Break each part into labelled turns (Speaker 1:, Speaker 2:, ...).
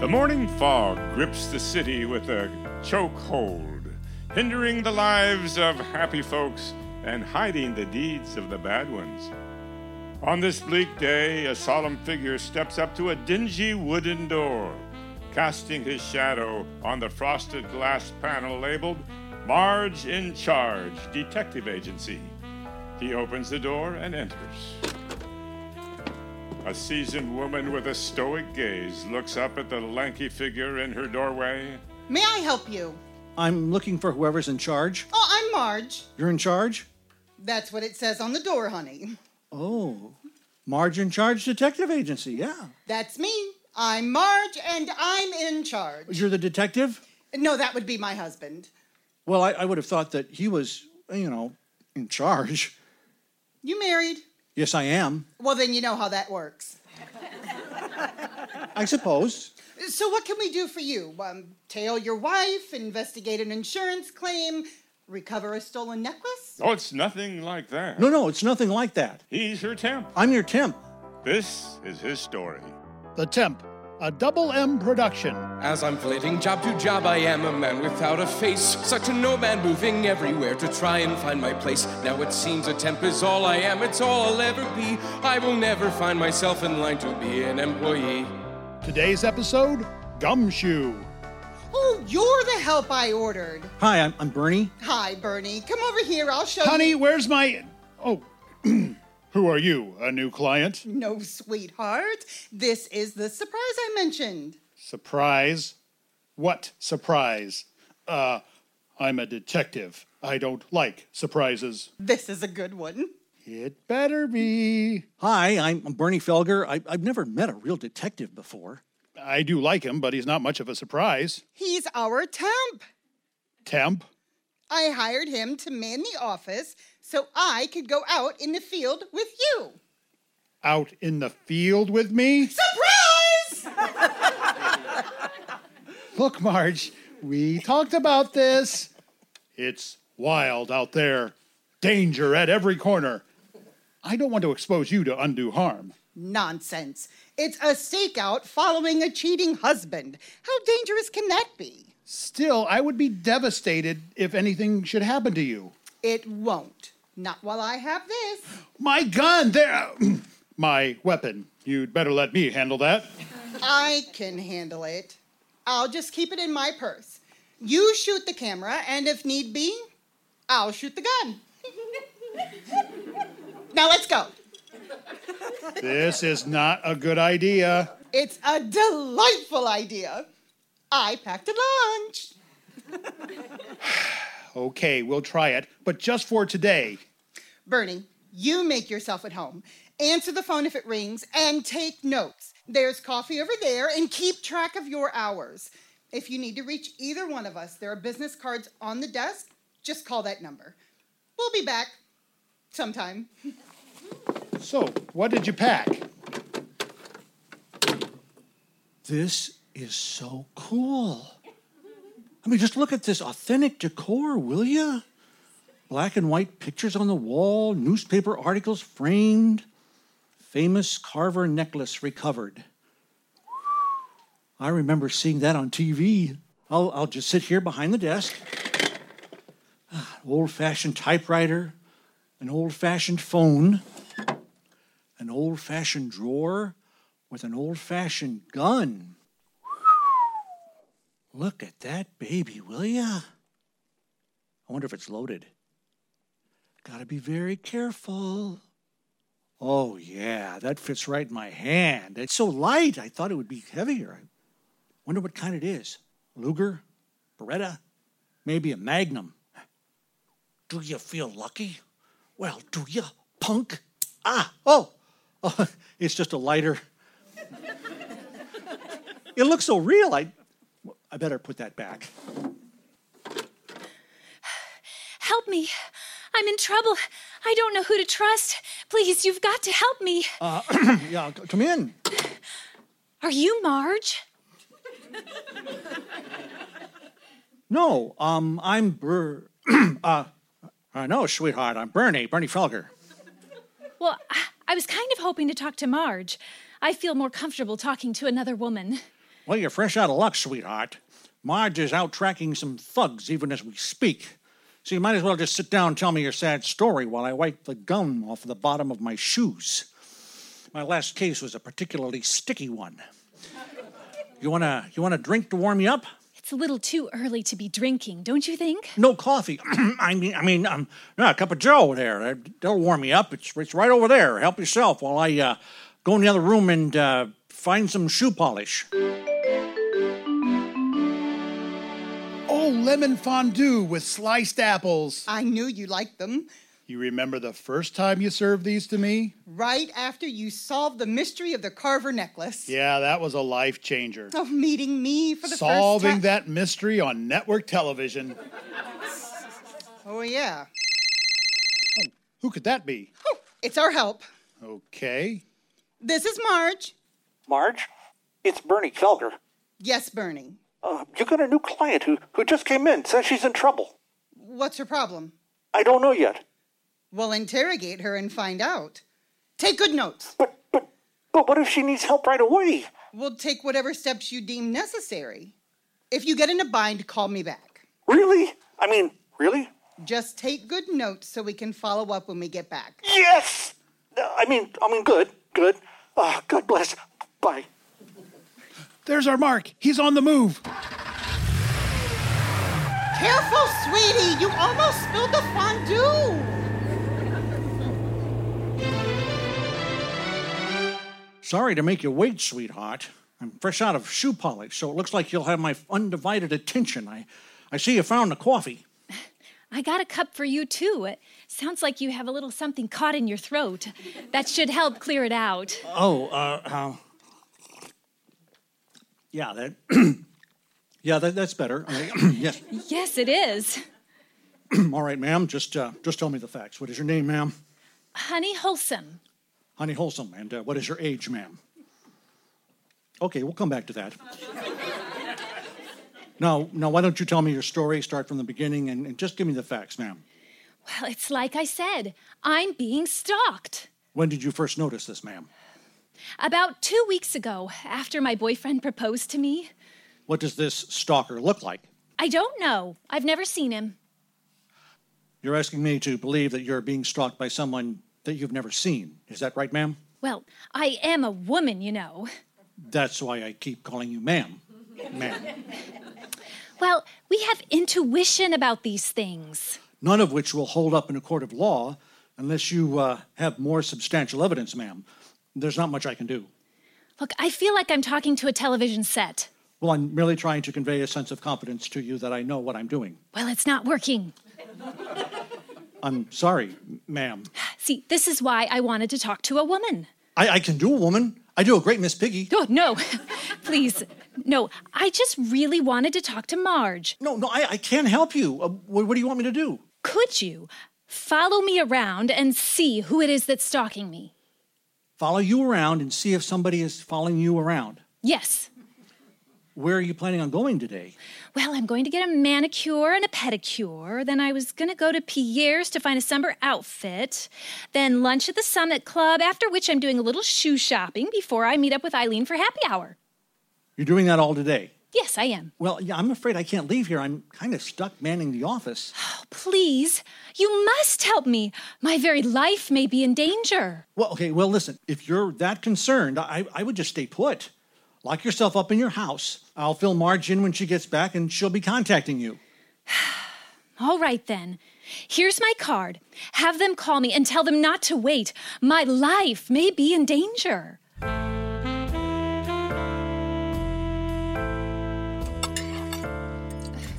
Speaker 1: The morning fog grips the city with a chokehold, hindering the lives of happy folks and hiding the deeds of the bad ones. On this bleak day, a solemn figure steps up to a dingy wooden door, casting his shadow on the frosted glass panel labeled Marge in Charge Detective Agency. He opens the door and enters. A seasoned woman with a stoic gaze looks up at the lanky figure in her doorway.
Speaker 2: May I help you?
Speaker 3: I'm looking for whoever's in charge.
Speaker 2: Oh, I'm Marge.
Speaker 3: You're in charge?
Speaker 2: That's what it says on the door, honey.
Speaker 3: Oh, Marge in Charge Detective Agency, yeah.
Speaker 2: That's me. I'm Marge, and I'm in charge.
Speaker 3: You're the detective?
Speaker 2: No, that would be my husband.
Speaker 3: Well, I, I would have thought that he was, you know, in charge.
Speaker 2: You married?
Speaker 3: Yes, I am,
Speaker 2: Well, then you know how that works.
Speaker 3: I suppose.
Speaker 2: So, what can we do for you? Um, tail your wife, investigate an insurance claim, recover a stolen necklace?
Speaker 1: Oh, it's nothing like that.
Speaker 3: No, no, it's nothing like that.
Speaker 1: He's her temp.
Speaker 3: I'm your temp.
Speaker 1: This is his story.
Speaker 4: The Temp, a double M production.
Speaker 5: As I'm flitting job to job, I am a man without a face. Such a nomad moving everywhere to try and find my place. Now it seems a temp is all I am, it's all I'll ever be. I will never find myself in line to be an employee.
Speaker 4: Today's episode Gumshoe.
Speaker 2: Oh, you're the help I ordered.
Speaker 3: Hi, I'm, I'm Bernie.
Speaker 2: Hi, Bernie. Come over here. I'll show you.
Speaker 4: Honey, where's my. Oh, who are you? A new client?
Speaker 2: No, sweetheart. This is the surprise I mentioned.
Speaker 4: Surprise? What surprise? Uh, I'm a detective. I don't like surprises.
Speaker 2: This is a good one.
Speaker 4: It better be.
Speaker 3: Hi, I'm I'm Bernie Felger. I, I've never met a real detective before.
Speaker 4: I do like him, but he's not much of a surprise.
Speaker 2: He's our temp.
Speaker 4: Temp?
Speaker 2: I hired him to man the office so I could go out in the field with you.
Speaker 4: Out in the field with me?
Speaker 2: Surprise!
Speaker 4: Look, Marge, we talked about this. It's wild out there, danger at every corner. I don't want to expose you to undue harm.
Speaker 2: Nonsense. It's a stakeout following a cheating husband. How dangerous can that be?
Speaker 4: Still, I would be devastated if anything should happen to you.
Speaker 2: It won't. Not while I have this.
Speaker 4: My gun, there. uh, My weapon. You'd better let me handle that.
Speaker 2: I can handle it. I'll just keep it in my purse. You shoot the camera, and if need be, I'll shoot the gun. now let's go.
Speaker 4: This is not a good idea.
Speaker 2: It's a delightful idea. I packed a lunch.
Speaker 4: Okay, we'll try it, but just for today.
Speaker 2: Bernie, you make yourself at home. Answer the phone if it rings and take notes. There's coffee over there and keep track of your hours. If you need to reach either one of us, there are business cards on the desk. Just call that number. We'll be back sometime.
Speaker 4: So, what did you pack?
Speaker 3: This is so cool. I mean, just look at this authentic decor, will you? Black and white pictures on the wall, newspaper articles framed, famous Carver necklace recovered. I remember seeing that on TV. I'll, I'll just sit here behind the desk. Old fashioned typewriter, an old fashioned phone, an old fashioned drawer with an old fashioned gun. Look at that baby, will ya? I wonder if it's loaded. Gotta be very careful. Oh, yeah, that fits right in my hand. It's so light, I thought it would be heavier. I wonder what kind it is. Luger? Beretta? Maybe a Magnum. Do you feel lucky? Well, do you, punk? Ah, oh, oh it's just a lighter. it looks so real. I, I better put that back.
Speaker 6: Help me. I'm in trouble. I don't know who to trust. Please, you've got to help me.
Speaker 3: Yeah, c- come in.
Speaker 6: Are you Marge?
Speaker 3: No, um, I'm Bur. uh, I know, sweetheart. I'm Bernie. Bernie Felger.
Speaker 6: Well, I- I was kind of hoping to talk to Marge. I feel more comfortable talking to another woman.
Speaker 3: Well, you're fresh out of luck, sweetheart. Marge is out tracking some thugs even as we speak. So you might as well just sit down and tell me your sad story while I wipe the gum off the bottom of my shoes. My last case was a particularly sticky one. You wanna you want a drink to warm you up?
Speaker 6: It's a little too early to be drinking, don't you think?
Speaker 3: No coffee. I mean, I mean, um, no, a cup of Joe there. That- That'll warm me up. It's it's right over there. Help yourself while I uh, go in the other room and uh, find some shoe polish.
Speaker 4: Oh, lemon fondue with sliced apples.
Speaker 2: I knew you liked them.
Speaker 4: You remember the first time you served these to me?
Speaker 2: Right after you solved the mystery of the Carver necklace.
Speaker 4: Yeah, that was a life changer.
Speaker 2: Of meeting me for the
Speaker 4: Solving
Speaker 2: first time.
Speaker 4: that mystery on network television.
Speaker 2: Oh, yeah.
Speaker 4: Who could that be?
Speaker 2: It's our help.
Speaker 4: Okay.
Speaker 2: This is Marge.
Speaker 7: Marge, it's Bernie Felger.
Speaker 2: Yes, Bernie.
Speaker 7: Uh, you got a new client who, who just came in, says she's in trouble.
Speaker 2: What's her problem?
Speaker 7: I don't know yet.
Speaker 2: We'll interrogate her and find out. Take good notes.
Speaker 7: But, but, but what if she needs help right away?
Speaker 2: We'll take whatever steps you deem necessary. If you get in a bind, call me back.
Speaker 7: Really? I mean, really?
Speaker 2: Just take good notes so we can follow up when we get back.
Speaker 7: Yes! Uh, I mean, I mean, good, good. Uh, God bless. Bye.
Speaker 4: There's our mark. He's on the move.
Speaker 2: Careful, sweetie! You almost spilled the fondue!
Speaker 3: Sorry to make you wait, sweetheart. I'm fresh out of shoe polish, so it looks like you'll have my undivided attention. I, I see you found the coffee.
Speaker 6: I got a cup for you too. It sounds like you have a little something caught in your throat. That should help clear it out.
Speaker 3: Oh, uh, uh yeah, that, yeah, that, that's better. I- yes.
Speaker 6: Yes, it is.
Speaker 3: All right, ma'am. Just, uh, just tell me the facts. What is your name, ma'am?
Speaker 6: Honey Wholesome.
Speaker 3: Honey Wholesome. And uh, what is your age, ma'am? Okay, we'll come back to that. Now, now, why don't you tell me your story? Start from the beginning and, and just give me the facts, ma'am.
Speaker 6: Well, it's like I said, I'm being stalked.
Speaker 3: When did you first notice this, ma'am?
Speaker 6: About two weeks ago, after my boyfriend proposed to me,
Speaker 3: What does this stalker look like?
Speaker 6: I don't know. I've never seen him.
Speaker 3: You're asking me to believe that you're being stalked by someone that you've never seen. Is that right, ma'am?
Speaker 6: Well, I am a woman, you know.
Speaker 3: That's why I keep calling you ma'am. Ma'am.
Speaker 6: Well, we have intuition about these things.
Speaker 3: None of which will hold up in a court of law unless you uh, have more substantial evidence, ma'am. There's not much I can do.
Speaker 6: Look, I feel like I'm talking to a television set.
Speaker 3: Well, I'm merely trying to convey a sense of confidence to you that I know what I'm doing.
Speaker 6: Well, it's not working.
Speaker 3: I'm sorry, ma'am.
Speaker 6: See, this is why I wanted to talk to a woman.
Speaker 3: I, I can do a woman. I do a great Miss Piggy.
Speaker 6: Oh, no, please. No, I just really wanted to talk to Marge.
Speaker 3: No, no, I, I can't help you. Uh, what, what do you want me to do?
Speaker 6: Could you follow me around and see who it is that's stalking me?
Speaker 3: Follow you around and see if somebody is following you around.
Speaker 6: Yes.
Speaker 3: Where are you planning on going today?
Speaker 6: Well, I'm going to get a manicure and a pedicure. Then I was going to go to Pierre's to find a summer outfit. Then lunch at the Summit Club, after which I'm doing a little shoe shopping before I meet up with Eileen for happy hour.
Speaker 3: You're doing that all today.
Speaker 6: Yes, I am.
Speaker 3: Well, yeah, I'm afraid I can't leave here. I'm kind of stuck manning the office.
Speaker 6: Please, you must help me. My very life may be in danger.
Speaker 3: Well, okay, well, listen, if you're that concerned, I, I would just stay put. Lock yourself up in your house. I'll fill Marge in when she gets back, and she'll be contacting you.
Speaker 6: All right, then. Here's my card. Have them call me and tell them not to wait. My life may be in danger.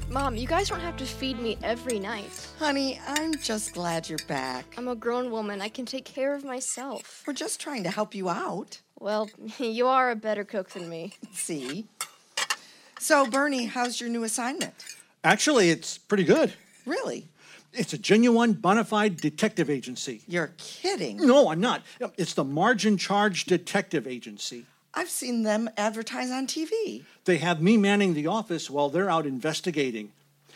Speaker 8: Mom, you guys don't have to feed me every night.
Speaker 9: Honey, I'm just glad you're back.
Speaker 8: I'm a grown woman. I can take care of myself.
Speaker 9: We're just trying to help you out.
Speaker 8: Well, you are a better cook than me.
Speaker 9: See? So, Bernie, how's your new assignment?
Speaker 3: Actually, it's pretty good.
Speaker 9: Really?
Speaker 3: It's a genuine, bona fide detective agency.
Speaker 9: You're
Speaker 2: Mm,
Speaker 9: kidding.
Speaker 3: No, I'm not. It's the Margin Charge Detective Agency.
Speaker 9: I've seen them advertise on TV.
Speaker 3: They have me manning the office while they're out investigating.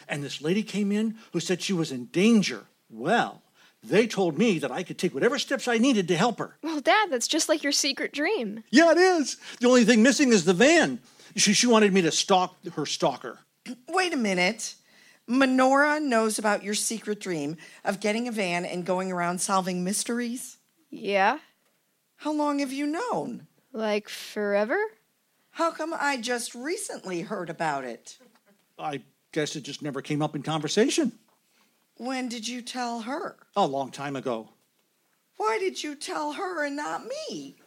Speaker 3: And this lady came in who said she was in danger. Well, they told me that I could take whatever steps I needed to help her.
Speaker 8: Well, Dad, that's just like your secret dream.
Speaker 3: Yeah, it is. The only thing missing is the van. She, she wanted me to stalk her stalker.
Speaker 9: Wait a minute. Menorah knows about your secret dream of getting a van and going around solving mysteries.
Speaker 8: Yeah?
Speaker 9: How long have you known?
Speaker 8: Like forever?
Speaker 9: How come I just recently heard about it?
Speaker 3: I guess it just never came up in conversation.
Speaker 9: When did you tell her?
Speaker 3: A long time ago.
Speaker 9: Why did you tell her and not me?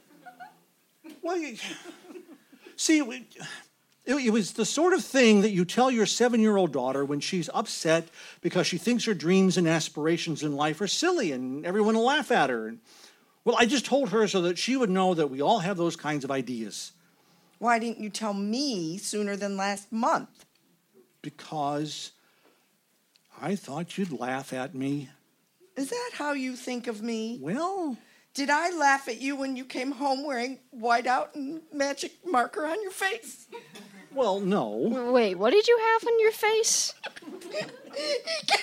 Speaker 3: Well, you, see, we- it, it was the sort of thing that you tell your seven year old daughter when she's upset because she thinks her dreams and aspirations in life are silly and everyone will laugh at her. And, well, I just told her so that she would know that we all have those kinds of ideas
Speaker 9: Why didn't you tell me sooner than last month?
Speaker 3: because I thought you'd laugh at me.
Speaker 9: Is that how you think of me?
Speaker 3: Well,
Speaker 9: Did I laugh at you when you came home wearing whiteout and magic marker on your face?
Speaker 3: well, no.
Speaker 8: Wait, what did you have on your face?
Speaker 9: He came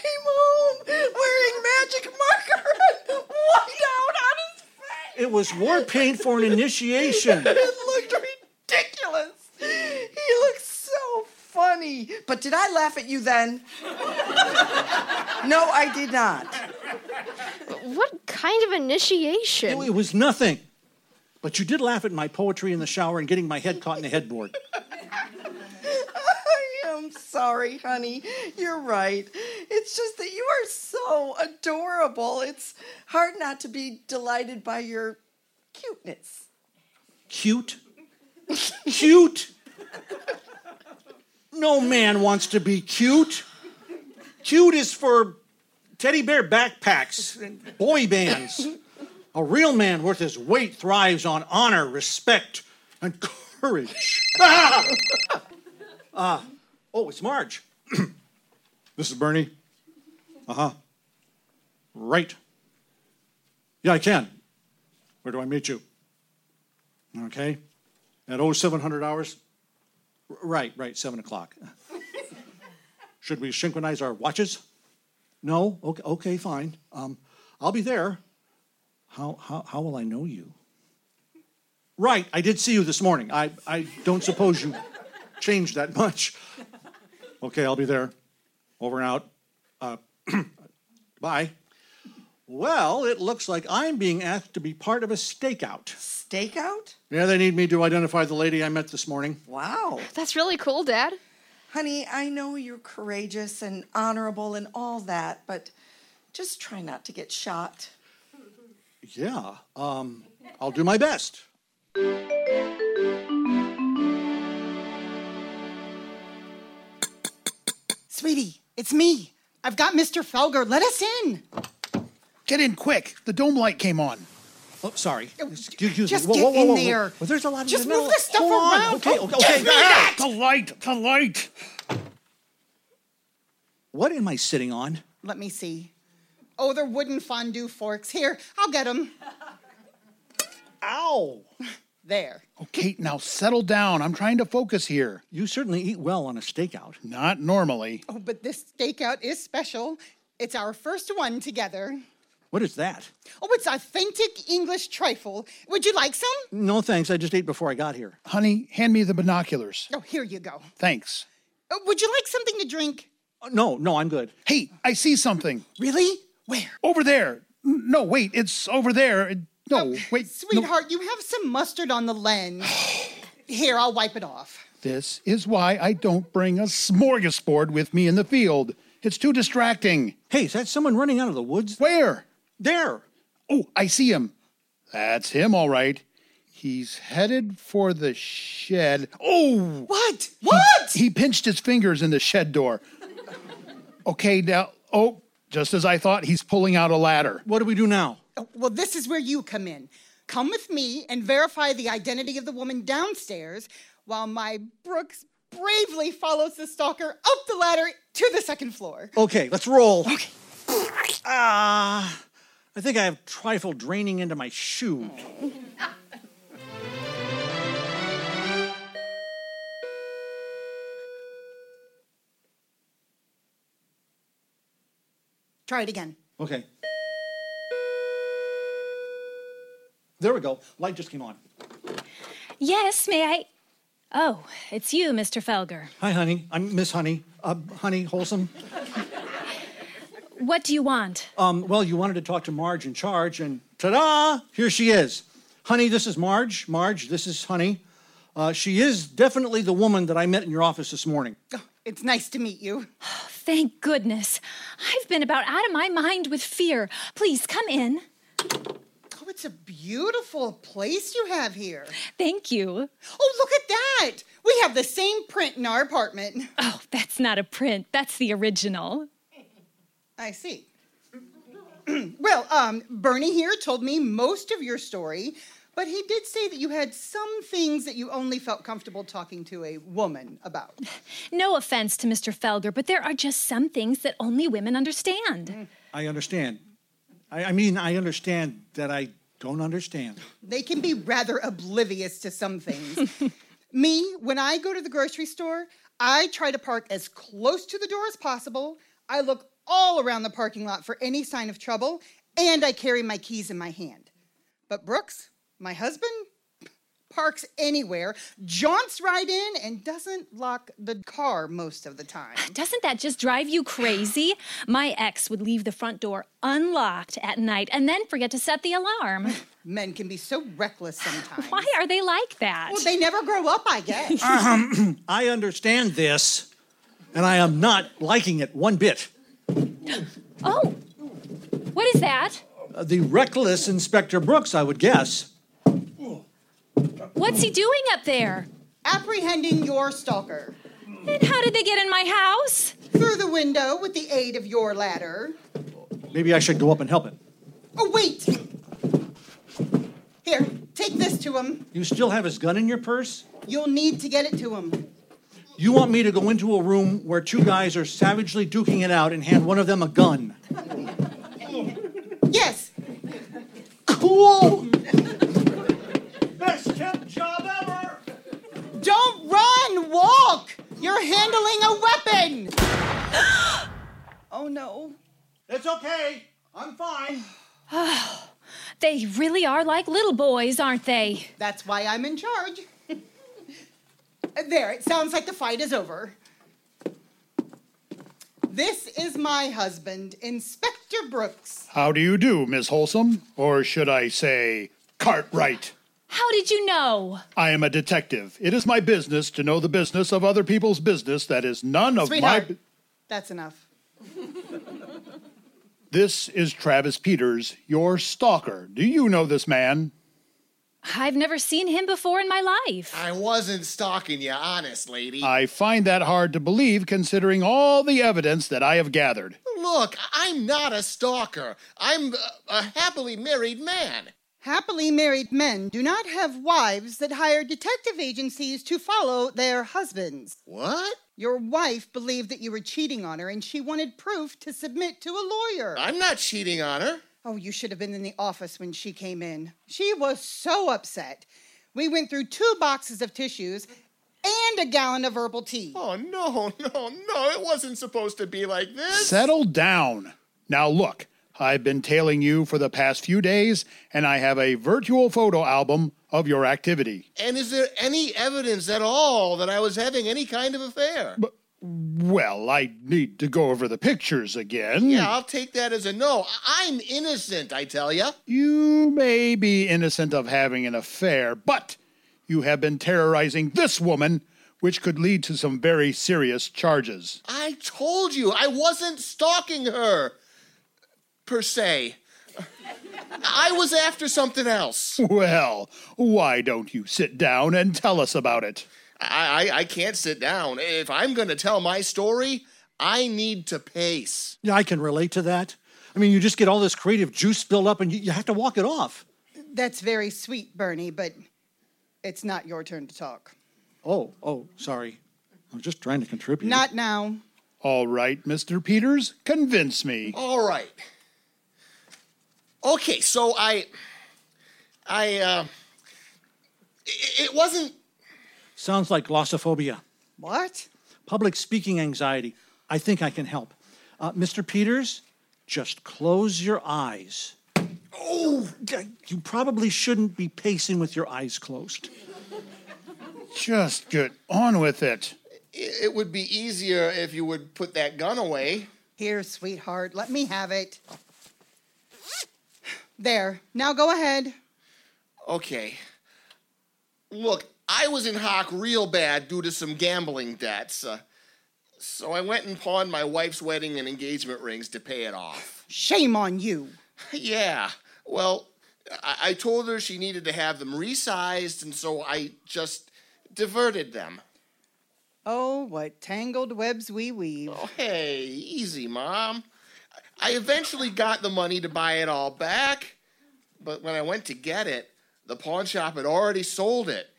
Speaker 9: home wearing magic marker and whiteout on his face.
Speaker 3: It was war paint for an initiation.
Speaker 9: It looked ridiculous. He looked so funny. But did I laugh at you then? no, I did not.
Speaker 8: What kind of
Speaker 3: It,
Speaker 8: initiation?
Speaker 3: it was nothing. But you did laugh at my poetry in the shower and getting my head caught in the headboard.
Speaker 9: I am sorry, honey. You're right. It's just that you are so adorable. It's hard not to be delighted by your cuteness.
Speaker 3: Cute. Cute. No man wants to be cute. Cute is for teddy bear backpacks and boy bands. A real man worth his weight thrives on honor, respect, and courage. Ah! Ah. oh, it's Marge.
Speaker 4: Mrs. Bernie?
Speaker 3: Uh-huh. Right. Yeah, I can. Where do I meet you? Okay. At 0700 hours? R- Right, right, 7 o'clock. Should we synchronize our watches? No? Okay, okay fine. Um, I'll be there. How, how, how will I know you? Right, I did see you this morning. I, I don't suppose you changed that much. Okay, I'll be there. Over and out. Uh, bye. Well, it looks like I'm being asked to be part of a stakeout.
Speaker 9: Stakeout?
Speaker 3: Yeah, they need me to identify the lady I met this morning.
Speaker 9: Wow.
Speaker 8: That's really cool, Dad.
Speaker 9: Honey, I know you're courageous and honorable and all that, but just try not to get shot.
Speaker 3: Yeah, um, I'll do my best.
Speaker 2: Sweetie, it's me. I've got Mr. Felger. Let us in.
Speaker 4: Get in quick. The dome light came on.
Speaker 3: Oh, sorry. Excuse
Speaker 2: just
Speaker 3: me.
Speaker 2: get
Speaker 3: Whoa, whoa, whoa,
Speaker 2: in
Speaker 3: whoa, whoa.
Speaker 2: there.
Speaker 3: Well, there's a lot of
Speaker 2: Just
Speaker 3: no,
Speaker 2: move the stuff
Speaker 3: hold on.
Speaker 2: around.
Speaker 3: Okay,
Speaker 2: Oh,
Speaker 3: okay,
Speaker 2: give
Speaker 3: okay.
Speaker 2: me that.
Speaker 4: The light! The light!
Speaker 3: What am I sitting on?
Speaker 2: Let me see. Oh, they're wooden fondue forks. Here, I'll get them.
Speaker 3: Ow!
Speaker 2: There.
Speaker 4: Oh, Kate, now settle down. I'm trying to focus here.
Speaker 3: You certainly eat well on a stakeout.
Speaker 4: Not normally.
Speaker 2: Oh, but this stakeout is special. It's our first one together.
Speaker 3: What is that?
Speaker 2: Oh, it's authentic English trifle. Would you like some?
Speaker 3: No thanks. I just ate before I got here.
Speaker 4: Honey, hand me the binoculars.
Speaker 2: Oh, here you go.
Speaker 4: Thanks.
Speaker 2: Oh, would you like something to drink?
Speaker 3: Uh, No, no, I'm good.
Speaker 4: Hey, I see something.
Speaker 2: Really? Where?
Speaker 4: Over there. N- No, wait, it's over there.
Speaker 2: Oh,
Speaker 4: No, wait. no.
Speaker 2: Sweetheart, you have some mustard on the lens. Here, I'll wipe it off.
Speaker 4: This is why I don't bring a smorgasbord with me in the field. It's too distracting.
Speaker 3: Hey, is that someone running out of the woods?
Speaker 4: Where?
Speaker 3: There.
Speaker 4: Oh, I see him. That's him, all right. He's headed for the shed. Oh!
Speaker 2: What? What?
Speaker 4: He pinched his fingers in the shed door. Okay, now, oh, just as I thought, he's pulling out a ladder.
Speaker 3: What do we do now?
Speaker 2: Oh, Well, this is where you come in. Come with me and verify the identity of the woman downstairs while my Brooks bravely follows the stalker up the ladder to the second floor.
Speaker 3: Okay, let's roll. Okay. Ah, I think I have trifle draining into my shoe.
Speaker 2: Try it again.
Speaker 3: Okay. There we go. Light just came on.
Speaker 6: Yes, may I? Oh, it's you, Mr. Felger.
Speaker 3: Hi, honey. I'm Miss Honey. Uh, honey, wholesome.
Speaker 6: What do you want?
Speaker 2: Oh.
Speaker 3: Um, well, you wanted to talk to Marge in charge, and ta-da! Here she is. Honey, this is Marge. Marge, this is Honey. Uh, she is definitely the woman that I met in your office this morning.
Speaker 2: It's nice to meet you.
Speaker 6: Thank goodness. I've been about out of my mind with fear. Please come in.
Speaker 2: Oh, it's a beautiful place you have here.
Speaker 6: Thank you.
Speaker 2: Oh, look at that. We have the same print in our apartment.
Speaker 6: Oh, that's not a print. That's the original.
Speaker 2: I see. well, um, Bernie here told me most of your story, but he did say that you had some things that you only felt comfortable talking to a woman about.
Speaker 6: No offense to Mr. Felger, but there are just some things that only women understand.
Speaker 2: Mm.
Speaker 3: I understand. I, I mean, I understand that I don't understand.
Speaker 2: They can be rather oblivious to some things. Me, when I go to the grocery store, I try to park as close to the door as possible. I look all around the parking lot for any sign of trouble, and I carry my keys in my hand. But Brooks, my husband, parks anywhere, jaunts right in, and doesn't lock the car most of the time.
Speaker 6: Doesn't that just drive you crazy? My ex would leave the front door unlocked at night and then forget to set the alarm.
Speaker 2: Men can be so reckless sometimes.
Speaker 6: Why are they like that?
Speaker 2: Well, they never grow up, I guess.
Speaker 3: I understand this, and I am not liking it one bit.
Speaker 6: oh, what is that?
Speaker 3: Uh, the reckless Inspector Brooks, I would guess.
Speaker 6: What's he doing up there?
Speaker 2: Apprehending your stalker
Speaker 6: And how did they get in my house?
Speaker 2: through the window with the aid of your ladder.
Speaker 3: Maybe I should go up and help him.
Speaker 2: Oh, wait! Here, take this to him.
Speaker 3: You still have his gun in your purse?
Speaker 2: You'll need to get it to him.
Speaker 3: You want me to go into a room where two guys are savagely duking it out and hand one of them a gun?
Speaker 2: Yes,
Speaker 3: Cool! Best kept job ever!
Speaker 2: don't run, walk! You're handling a weapon! oh no.
Speaker 3: It's okay. I'm fine.
Speaker 6: They really are like little boys, aren't they?
Speaker 2: That's why I'm in charge. there, it sounds like the fight is over. This is my husband, Inspector Brooks.
Speaker 4: How do you do, Miss Wholesome? Or should I say, Cartwright?
Speaker 6: How did you know?
Speaker 4: I am a detective. It is my business to know the business of other people's business. That is none of my.
Speaker 2: Sweetheart,
Speaker 4: bu-
Speaker 2: that's enough.
Speaker 4: This is Travis Peters, your stalker. Do you know this man?
Speaker 6: I've never seen him before in my life.
Speaker 10: I wasn't stalking you, honest lady.
Speaker 4: I find that hard to believe considering all the evidence that I have gathered.
Speaker 10: Look, I'm not a stalker. I'm a, a happily married man.
Speaker 2: Happily married men do not have wives that hire detective agencies to follow their husbands.
Speaker 10: What?
Speaker 2: Your wife believed that you were cheating on her and she wanted proof to submit to a lawyer.
Speaker 10: I'm not cheating on her.
Speaker 2: Oh, you should have been in the office when she came in. She was so upset. We went through two boxes of tissues and a gallon of herbal tea.
Speaker 10: Oh, no, no, no. It wasn't supposed to be like this.
Speaker 4: Settle down. Now, look, I've been tailing you for the past few days, and I have a virtual photo album of your activity.
Speaker 10: And is there any evidence at all that I was having any kind of affair?
Speaker 4: Well, I need to go over the pictures again.
Speaker 3: mm.
Speaker 10: yeah, I'll take that as a no. I- I'm innocent, I tell ya.
Speaker 4: You may be innocent of having an affair, but you have been terrorizing this woman, which could lead to some very serious charges.
Speaker 10: I told you I wasn't stalking her, per se. I was after something else.
Speaker 4: Well, why don't you sit down and tell us about it?
Speaker 10: I, I, I can't sit down. If I'm going to tell my story, I need to pace.
Speaker 3: Yeah, I can relate to that. I mean, you just get all this creative juice spilled up and you, you have to walk it off.
Speaker 2: That's very sweet, Bernie, but it's not your turn to talk.
Speaker 3: Oh, oh, sorry. I'm just trying to contribute.
Speaker 2: Not now.
Speaker 4: All right, Mr. Peters, convince me.
Speaker 10: All right. Okay, so I, I, uh, it, it wasn't.
Speaker 3: Sounds like glossophobia.
Speaker 2: What?
Speaker 3: public speaking anxiety. I think I can help. Uh, Mr. Peters, just close your eyes. Oh, you probably shouldn't be pacing with your eyes closed.
Speaker 4: Just get on with it.
Speaker 10: I- It would be easier if you would put that gun away.
Speaker 2: Here, sweetheart, let me have it. There. Now go ahead.
Speaker 10: Okay. Look, I was in hock real bad due to some gambling debts. Uh, so I went and pawned my wife's wedding and engagement rings to pay it off.
Speaker 2: Shame on you.
Speaker 10: yeah. Well, I-, I told her she needed to have them resized, and so I just diverted them.
Speaker 2: Oh, what tangled webs we weave.
Speaker 10: Oh, hey, easy, Mom. I eventually got the money to buy it all back, but when I went to get it, the pawn shop had already sold it.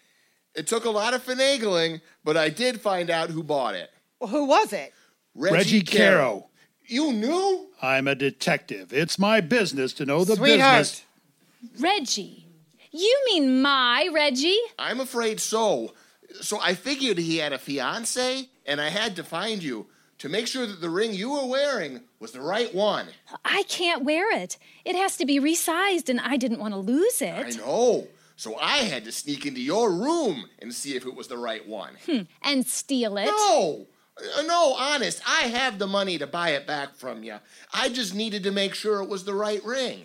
Speaker 10: It took a lot of finagling, but I did find out who bought it.
Speaker 2: Who was it?
Speaker 4: Reggie Caro.
Speaker 10: You knew?
Speaker 4: I'm a detective. It's my business to know the
Speaker 2: Sweetheart.
Speaker 4: business.
Speaker 6: Reggie. You mean my Reggie?
Speaker 10: I'm afraid so. So I figured he had a fiance, and I had to find you to make sure that the ring you were wearing was the right one.
Speaker 6: I can't wear it. It has to be resized, and I didn't want to lose
Speaker 10: I
Speaker 6: it.
Speaker 10: know. So I had to sneak into your room and see if it was the right one.
Speaker 6: And steal it.
Speaker 10: No, Uh, no, honest. I have the money to buy it back from you. I just needed to make sure it was the right ring.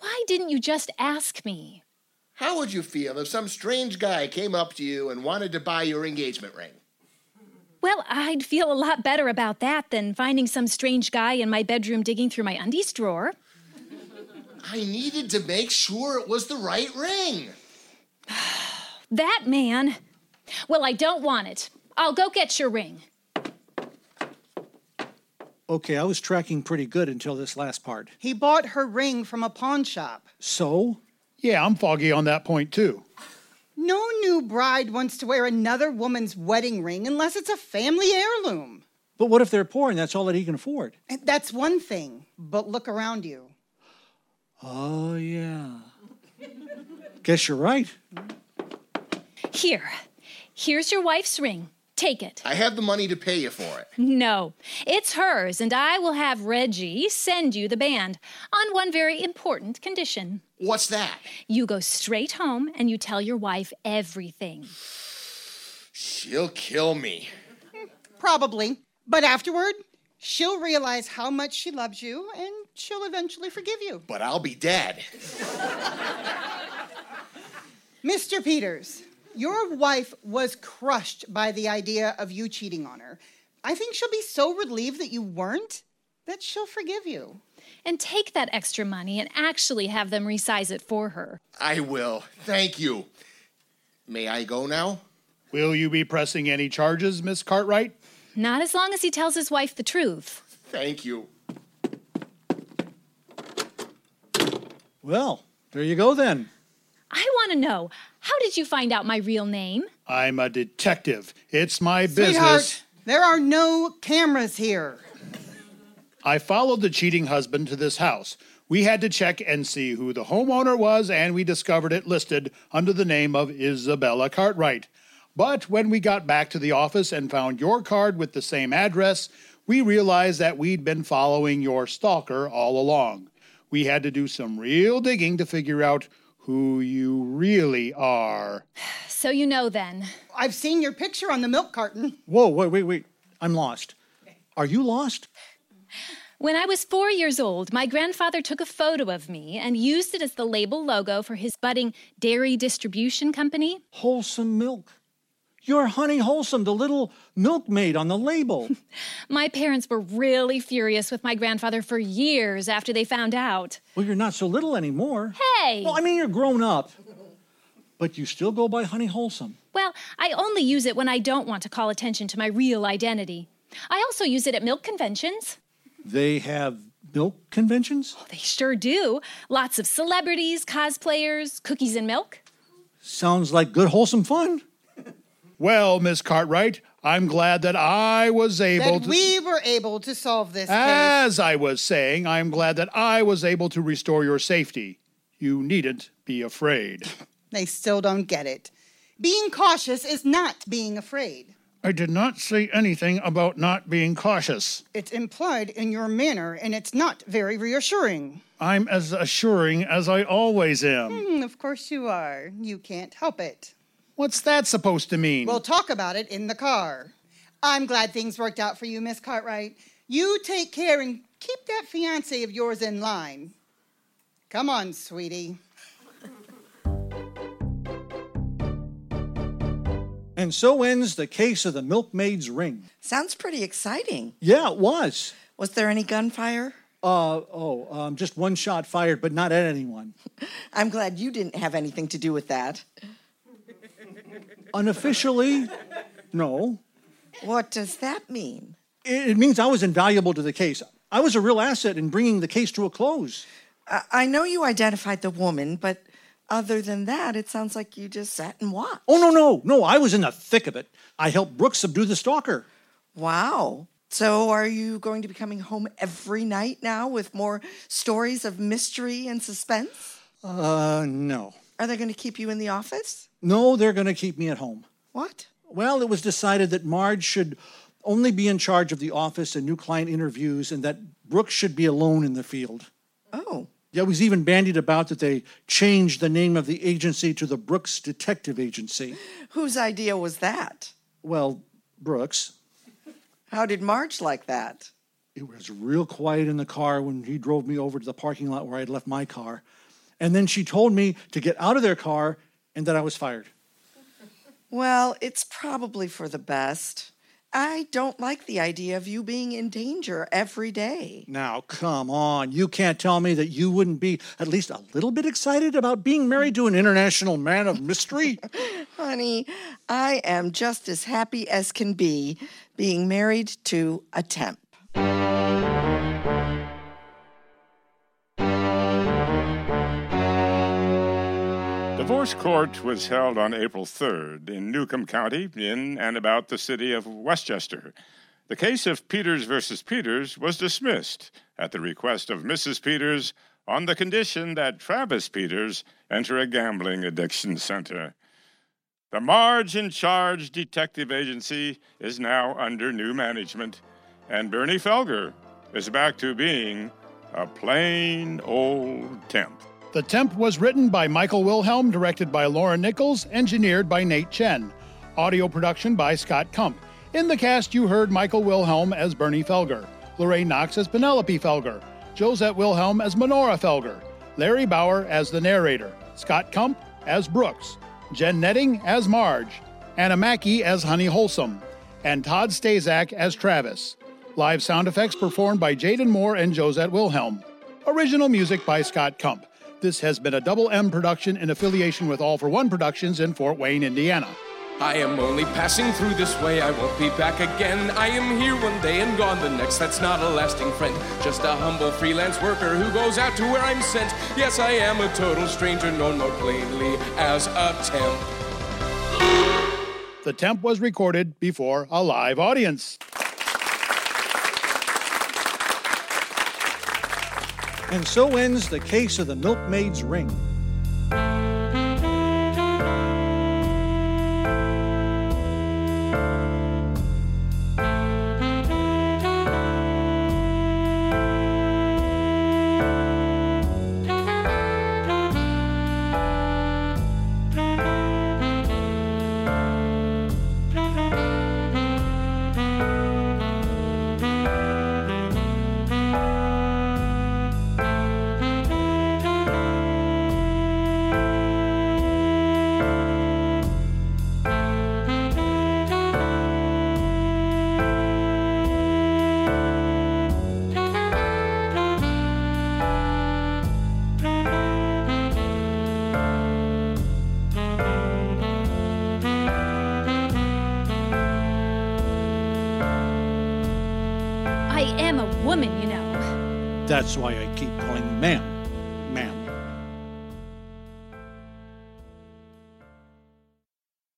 Speaker 6: Why didn't you just ask me?
Speaker 10: How would you feel if some strange guy came up to you and wanted to buy your engagement ring?
Speaker 6: Well, I'd feel a lot better about that than finding some strange guy in my bedroom digging through my undies drawer.
Speaker 10: I needed to make sure it was the right ring.
Speaker 6: That man. Well, I don't want it. I'll go get your ring.
Speaker 3: Okay, I was tracking pretty good until this last part.
Speaker 2: He bought her ring from a pawn shop.
Speaker 3: So,
Speaker 4: Yeah, I'm foggy on that point too.
Speaker 2: No new bride wants to wear another woman's wedding ring unless it's a family heirloom.
Speaker 3: but what if they're poor and that's all that he can afford?
Speaker 2: That's one thing, but look around you.
Speaker 3: Oh, yeah. Guess you're right.
Speaker 6: Here. Here's your wife's ring. Take it.
Speaker 10: I have the money to pay you for it.
Speaker 6: No, it's hers, and I will have Reggie send you the band on one very important condition.
Speaker 10: What's that?
Speaker 6: You go straight home and you tell your wife everything.
Speaker 10: She'll kill me.
Speaker 2: Probably. But afterward, she'll realize how much she loves you and she'll eventually forgive you.
Speaker 10: But I'll be dead.
Speaker 2: Mr. Peters, your wife was crushed by the idea of you cheating on her. I think she'll be so relieved that you weren't that she'll forgive you.
Speaker 6: And take that extra money and actually have them resize it for her.
Speaker 10: I will. Thank you. May I go now?
Speaker 4: Will you be pressing any charges, Miss Cartwright?
Speaker 6: Not as long as he tells his wife the truth.
Speaker 10: Thank you.
Speaker 3: Well, there you go then.
Speaker 6: I want to know how did you find out my real name?
Speaker 4: I'm a detective. It's my business.
Speaker 2: Sweetheart, there are no cameras here.
Speaker 4: I followed the cheating husband to this house. We had to check and see who the homeowner was, and we discovered it listed under the name of Isabella Cartwright. But when we got back to the office and found your card with the same address, we realized that we'd been following your stalker all along. We had to do some real digging to figure out who you really are.
Speaker 6: So you know then.
Speaker 2: I've seen your picture on the milk carton.
Speaker 3: Whoa, wait, wait, wait. I'm lost. Are you lost?
Speaker 6: When I was four years old, my grandfather took a photo of me and used it as the label logo for his budding dairy distribution company.
Speaker 3: Wholesome milk. You're Honey Wholesome, the little milkmaid on the label.
Speaker 6: My parents were really furious with my grandfather for years after they found out.
Speaker 3: well, you're not so little anymore.
Speaker 6: Hey!
Speaker 3: Well, I mean, you're grown up, but you still go by Honey Wholesome.
Speaker 6: Well, I only use it when I don't want to call attention to my real identity. I also use it at milk conventions. Oh,
Speaker 3: They have milk conventions?
Speaker 6: They sure do. Lots of celebrities, cosplayers, cookies and milk.
Speaker 3: Sounds like good, wholesome fun.
Speaker 4: Well, Miss Cartwright, I'm glad that I was able
Speaker 2: That
Speaker 4: to.
Speaker 2: we were able to solve this case.
Speaker 4: As I was saying, I am glad that I was able to restore your safety. You needn't be afraid.
Speaker 2: They still don't get it. Being cautious is not being afraid.
Speaker 4: I did not say anything about not being cautious.
Speaker 2: It's implied in your manner, and it's not very reassuring.
Speaker 4: I'm as assuring as I always am.
Speaker 2: Mm, of course you are. You can't help it.
Speaker 4: Hmm, What's that supposed to mean?
Speaker 2: We'll talk about it in the car. I'm glad things worked out for you, Miss Cartwright. You take care and keep that fiance of yours in line. Come on, sweetie.
Speaker 3: And so ends the case of the milkmaid's ring.
Speaker 9: Sounds pretty exciting.
Speaker 3: Yeah, it was.
Speaker 9: Was there any gunfire?
Speaker 3: Uh, oh, um, just one shot fired, but not at anyone.
Speaker 9: I'm glad you didn't have anything to do with that.
Speaker 3: Unofficially, no.
Speaker 9: What does that mean?
Speaker 3: It, it means I was invaluable to the case. I was a real asset in bringing the case to a close.
Speaker 9: I, I know you identified the woman, but other than that, it sounds like you just sat and watched.
Speaker 3: Oh, no, no, no, I was in the thick of it. I helped Brooks subdue the stalker.
Speaker 9: Wow. So, are you going to be coming home every night now with more stories of mystery and suspense?
Speaker 3: Uh, no.
Speaker 9: Are they going to keep you in the office?
Speaker 3: No, they're going to keep me at home.
Speaker 9: What?
Speaker 3: Well, it was decided that Marge should only be in charge of the office and new client interviews, and that Brooks should be alone in the field.
Speaker 9: Oh,
Speaker 3: Yeah, it was even bandied about that they changed the name of the agency to the Brooks Detective Agency.
Speaker 9: whose idea was that?
Speaker 3: Well, Brooks,
Speaker 9: How did Marge like that?
Speaker 3: it was real quiet in the car when he drove me over to the parking lot where I'd left my car. And then she told me to get out of their car and that I was fired.
Speaker 9: Well, it's probably for the best. I don't like the idea of you being in danger every day.
Speaker 3: Now, come on. You can't tell me that you wouldn't be at least a little bit excited about being married to an international man of mystery.
Speaker 9: Honey, I am just as happy as can be being married to a temp.
Speaker 1: Divorce court was held on April 3rd in Newcomb County, in and about the city of Westchester. The case of Peters versus Peters was dismissed at the request of Mrs. Peters on the condition that Travis Peters enter a gambling addiction center. The Marge in Charge Detective Agency is now under new management, and Bernie Felger is back to being a plain old temp.
Speaker 4: The Temp was written by Michael Wilhelm, directed by Lauren Nichols, engineered by Nate Chen. Audio production by Scott Kump. In the cast, you heard Michael Wilhelm as Bernie Felger, Lorraine Knox as Penelope Felger, Josette Wilhelm as Menorah Felger, Larry Bauer as the narrator, Scott Kump as Brooks, Jen Netting as Marge, Anna Mackey as Honey Wholesome, and Todd Stazak as Travis. Live sound effects performed by Jaden Moore and Josette Wilhelm. Original music by Scott Kump. This has been a Double M production in affiliation with All for One Productions in Fort Wayne, Indiana.
Speaker 5: I am only passing through this way, I won't be back again. I am here one day and gone the next, that's not a lasting friend. Just a humble freelance worker who goes out to where I'm sent. Yes, I am a total stranger, known more plainly as a temp.
Speaker 4: The temp was recorded before a live audience.
Speaker 3: And so ends the case of the milkmaid's ring.
Speaker 6: I am a woman, you know.
Speaker 3: That's why I keep calling you ma'am.